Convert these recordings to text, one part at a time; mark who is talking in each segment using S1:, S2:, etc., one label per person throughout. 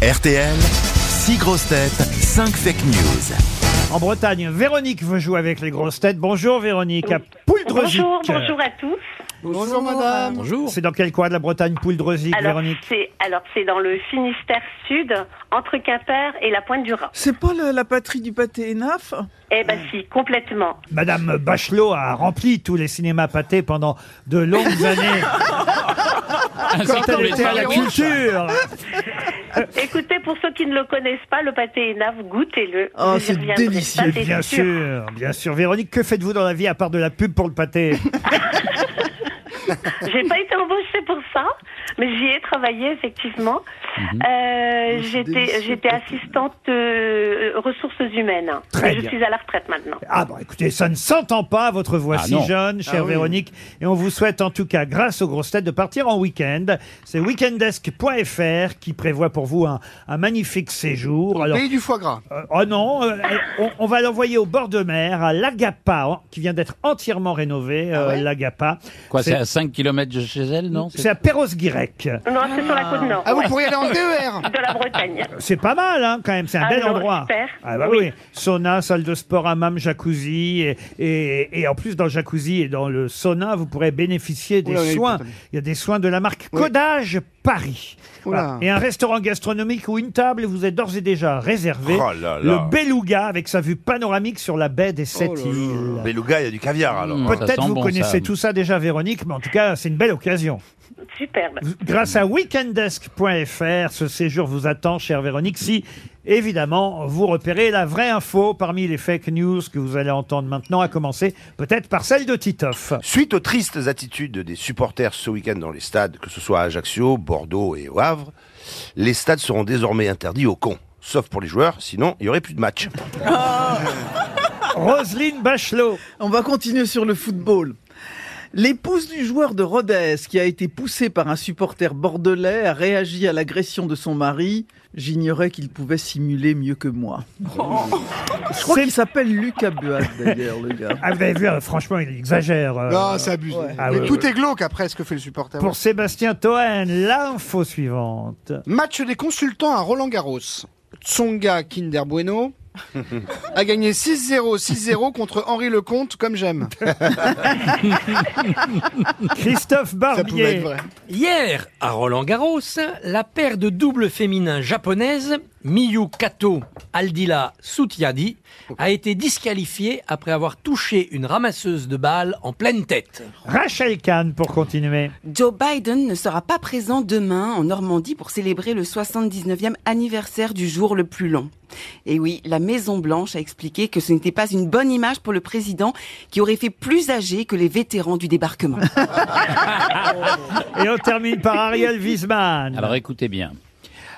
S1: RTL, 6 grosses têtes, 5 fake news.
S2: En Bretagne, Véronique veut jouer avec les grosses têtes. Bonjour Véronique, à Pouldreuzic.
S3: Bonjour, bonjour à tous.
S4: Bonjour madame. Bonjour.
S2: C'est dans quel coin de la Bretagne, Pouldreuzic,
S3: Alors
S2: Véronique
S3: c'est alors c'est dans le Finistère Sud, entre Quimper et la Pointe du Rhin.
S4: C'est pas la, la patrie du pâté Enaf
S3: Eh ben si, complètement.
S2: Madame Bachelot a rempli tous les cinémas pâtés pendant de longues années. Quand elle était à la culture
S3: Écoutez, pour ceux qui ne le connaissent pas, le pâté Enaf, goûtez-le.
S4: Oh,
S3: Vous y
S4: c'est
S3: reviendrez pas,
S4: délicieux,
S3: c'est
S2: Bien
S3: sûr.
S2: sûr, bien sûr. Véronique, que faites-vous dans la vie à part de la pub pour le pâté
S3: J'ai pas été embauchée pour ça, mais j'y ai travaillé effectivement. Euh,
S4: délicieux,
S3: j'étais j'étais assistante euh, ressources humaines.
S2: Très
S3: Et je
S2: bien.
S3: suis à la retraite maintenant.
S2: Ah bon, écoutez, ça ne s'entend pas, votre voix
S5: Ah
S2: si
S5: non.
S2: jeune, chère Véronique. Et on vous souhaite en tout cas, grâce aux grosses têtes, de partir en week-end. C'est weekendesk.fr qui prévoit pour vous un, un magnifique séjour. Alors,
S6: Pays du foie gras.
S2: euh, oh non, euh, on, on va l'envoyer au bord de mer, à l'Agapa, hein, qui vient d'être entièrement
S6: Ah
S2: rénové, euh, l'Agapa.
S5: Quoi, c'est
S2: C'est-
S5: à 5 km de chez elle, non
S2: C'est à Perros-Guirec.
S3: Non, c'est sur la côte nord.
S6: Ah, vous
S3: ouais,
S6: pourriez aller en TER
S3: de la Bretagne.
S2: C'est pas mal, hein, quand même. C'est un
S3: Ah
S2: bel
S3: non,
S2: endroit.
S3: super.
S2: Ah bah oui.
S3: Oui.
S2: Sauna, salle de sport, hammam, jacuzzi. Et, et, et en plus, dans le jacuzzi et dans le sauna, vous pourrez bénéficier des
S6: Oula, oui,
S2: soins.
S6: putain.
S2: Il y a des soins de la marque Codage Paris.
S6: Oula.
S2: Voilà. Et un restaurant gastronomique ou une table vous est d'ores et déjà réservé.
S7: Oh là là.
S2: Le Beluga avec sa vue panoramique sur la baie des
S6: Oh
S2: Sept îles.
S7: Beluga, il y a du caviar alors.
S5: Mmh. Ça
S2: Peut-être
S5: sent
S2: vous
S5: bon,
S2: connaissez
S5: ça.
S2: tout ça déjà, Véronique, mais en tout cas, c'est une belle occasion.
S3: Superbe.
S2: Grâce à weekendesk.fr, ce séjour vous attend, chère Véronique, si, évidemment, vous repérez la vraie info parmi les fake news que vous allez entendre maintenant, à commencer peut-être par celle de Titoff.
S7: Suite aux tristes attitudes des supporters ce week-end dans les stades, que ce soit à Ajaccio, Bordeaux et au Havre, les stades seront désormais interdits aux cons. Sauf pour les joueurs, sinon il n'y aurait plus de match.
S2: Roselyne Bachelot.
S4: On va continuer sur le football. L'épouse du joueur de Rodez, qui a été poussée par un supporter bordelais, a réagi à l'agression de son mari. J'ignorais qu'il pouvait simuler mieux que moi. Je crois
S2: C'est-
S4: qu'il s'appelle Lucas Buat, d'ailleurs, le gars.
S2: Ah, vous avez vu, euh, franchement, il exagère. euh,
S6: Non, c'est abusé.
S2: Ah,
S6: Mais
S2: ouais,
S6: tout
S2: ouais.
S6: est glauque après ce que fait le supporter.
S2: Pour Sébastien Toen, l'info suivante.
S6: Match des consultants à Roland Garros. Tsonga Kinder Bueno a gagné 6-0, 6-0 contre Henri Lecomte, comme j'aime.
S2: Christophe
S6: Ça pouvait
S2: Barbier.
S6: être vrai.
S8: Hier, à Roland-Garros, la paire de double féminin japonaise, Miyu Kato Aldila Sutiadi, a été disqualifiée après avoir touché une ramasseuse de balles en pleine tête.
S2: Rachel Kahn pour continuer.
S9: Joe Biden ne sera pas présent demain en Normandie pour célébrer le 79e anniversaire du jour le plus long. Et oui, la Maison Blanche a expliqué que ce n'était pas une bonne image pour le président qui aurait fait plus âgé que les vétérans du
S8: Oh
S9: débarquement.
S2: Et on termine par Ariel Wiesman.
S6: Ah
S5: Alors écoutez bien.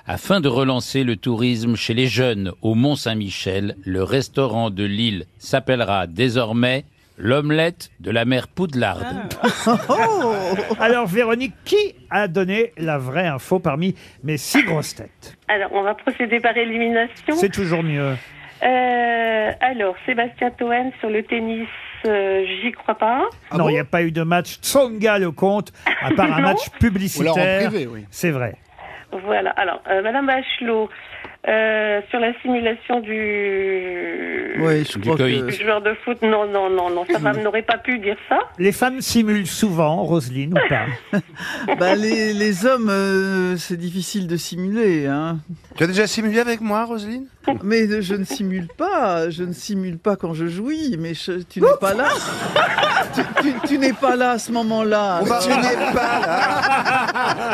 S5: Afin de relancer le tourisme chez les jeunes au Mont-Saint-Michel, le restaurant de Lille s'appellera désormais l'omelette de la mère
S8: Ah.
S5: Poudlarde.
S6: bah.
S2: Alors, Véronique, qui a donné la vraie info parmi mes six grosses têtes
S3: Alors, on va procéder par élimination.
S2: C'est toujours mieux.
S3: Euh, alors, Sébastien Toen sur le tennis, euh, j'y crois pas.
S2: non, il n'y a pas eu de match Tsonga le compte, à part un
S3: Non.
S2: match publicitaire.
S6: Ou alors en privé, oui.
S2: C'est vrai.
S3: Voilà. Alors, euh, Madame Bachelot, euh, sur la simulation du...
S4: Ouais, je
S5: Du
S4: crois
S5: Covid.
S2: euh,
S4: que...
S3: du joueur de foot, non, non, non, non, sa femme n'aurait pas pu dire ça.
S2: Les femmes simulent souvent, Roselyne, ou pas
S4: Bah, les, les hommes, euh, c'est difficile de simuler. Hein.
S7: Tu as déjà simulé avec moi, Roselyne
S4: Mais euh, je ne simule pas, je ne simule pas quand je jouis, mais je- tu n'es pas là. tu tu- tu n'es pas là à ce moment-là.
S6: Tu n'es pas là.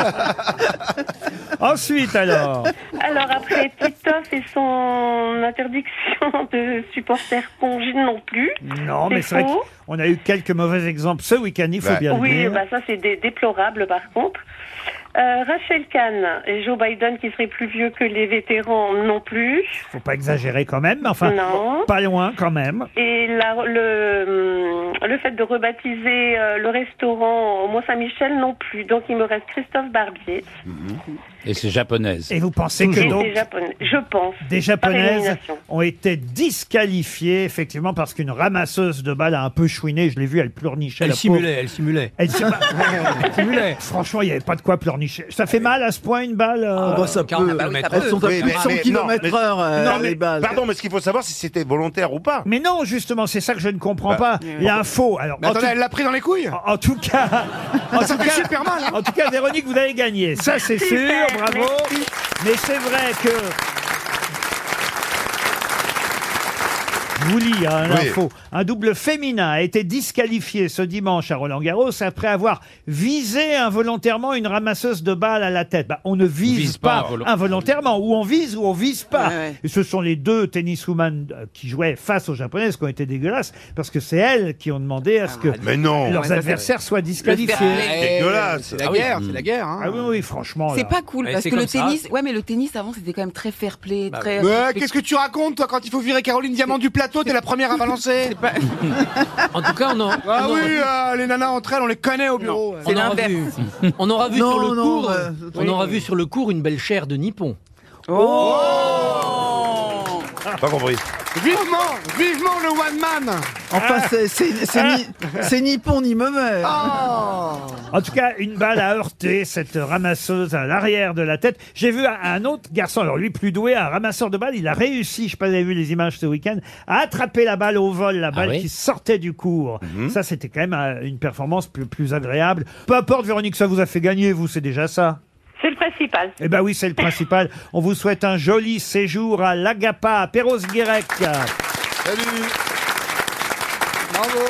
S2: Ensuite, alors,
S3: Alors, après Titoff et son interdiction de supporter congé non plus.
S2: non, Oh, mais
S3: C'est
S2: c'est vrai
S3: faux.
S2: qu'on a eu quelques mauvais exemples ce week-end, il faut
S7: Ouais.
S2: bien le
S3: Oui,
S2: dire.
S3: bah ça c'est dé- déplorable par contre. Euh, Rachel Kahn et Joe Biden qui serait plus vieux que les vétérans non plus.
S2: faut pas exagérer quand même, mais enfin,
S3: non.
S2: pas loin quand même.
S3: Et la, le, hum, le fait de rebaptiser euh, le restaurant au Mont-Saint-Michel non plus. Donc il me reste Christophe Barbier
S5: Et c'est japonaise.
S2: Et vous pensez que
S3: Et
S2: donc
S3: c'est japonais, je pense.
S2: des
S3: Par
S2: japonaises
S3: élimination.
S2: ont été disqualifiées effectivement parce qu'une ramasseuse de balles a un peu chouiné, je l'ai vu, elle pleurnichait
S8: Elle
S2: la pauvre.
S8: simulait, elle simulait.
S2: Elle s'est-
S8: Elle simulait.
S2: Franchement, il n'y avait pas de quoi pleurnicher. Ça fait mal à ce point une balle euh,
S8: Oh,
S4: Ah, bah, ça peut.
S8: 40 kilomètres.
S4: Elles sont à
S7: Oui,
S4: plus de
S7: Eh ben, mais-
S4: 100
S7: mais-
S4: km
S7: non,
S4: heure, euh,
S7: non, mais,
S4: les balles.
S7: Pardon, mais ce qu'il faut savoir, c'est si c'était volontaire ou pas.
S2: Mais non, justement, c'est ça que je ne comprends pas.
S7: Bah,
S2: Il y a un faux. Alors,
S6: Mais
S2: en,
S6: attendez,
S2: tout,
S6: elle l'a pris dans les couilles
S2: en- en tout cas, en tout
S6: Ça fait
S2: cas,
S6: super mal, hein
S2: en tout cas, Véronique, vous avez gagné. Ça, c'est sûr.
S3: Super,
S2: Bravo. Mais c'est vrai que. Je vous lis hein,
S7: Oui.
S2: l'info. Un double féminin a été disqualifié ce dimanche à Roland-Garros après avoir visé involontairement une ramasseuse de balles à la tête. Bah, on ne vise,
S5: Vise
S2: pas,
S5: pas involo-
S2: involontairement. Ou on vise ou on vise pas.
S9: Ouais, ouais.
S2: Et ce sont les deux tenniswomen euh, qui jouaient face aux japonaises qui ont été dégueulasses parce que c'est elles qui ont demandé à ce que
S7: Mais non.
S2: leurs
S9: Oh. ouais, ça, c'est
S2: adversaires soient
S9: Le fair
S2: disqualifiés.
S9: play.
S7: dégueulasse.
S6: Eh, C'est la
S5: Ah oui.
S6: guerre, c'est la guerre. hein.
S2: Ah oui, oui, franchement.
S9: C'est
S2: là.
S9: pas cool
S8: Mais
S9: parce
S8: Eh, c'est Bah
S9: que le
S8: comme ça.
S9: tennis, ouais, mais le tennis avant c'était quand même très fair play, très.
S6: Ouais, Qu'est-ce que tu racontes, toi, quand il faut virer Caroline Diamant du plateau, t'es la première à balancer
S8: En tout cas, on en,
S6: Ah
S8: on en-
S6: oui, euh, les nanas entre elles, on les connaît au bureau.
S8: on aura
S9: l'inverse.
S8: vu, on aura vu
S4: Non,
S8: sur le
S4: non,
S8: cours,
S4: euh,
S8: on aura vu sur le cours une belle chair de nippon.
S9: Oh
S7: Pas compris.
S6: Vivement, vivement le one man
S4: Enfin, c'est- c'est c'est ni,
S7: Ah.
S4: c'est ni pont ni mauvais.
S2: En tout cas, une balle a heurté cette ramasseuse à l'arrière de la tête. J'ai vu un- un autre garçon, alors lui plus doué, un ramasseur de balles, il a réussi, je sais pas si vous avez vu les images ce week-end, à attraper la balle au vol,
S9: Ah
S2: la balle
S5: oui
S2: qui sortait du cours.
S9: Mhm.
S2: Ça, c'était quand même euh, une performance plus, plus agréable. Peu importe, Véronique, ça vous a fait gagner, vous, c'est déjà ça.
S3: C'est le principal.
S2: Eh ben oui, c'est le principal. On vous souhaite un joli séjour à l'Agapa, à Perros-Guirec.
S6: Salut Bravo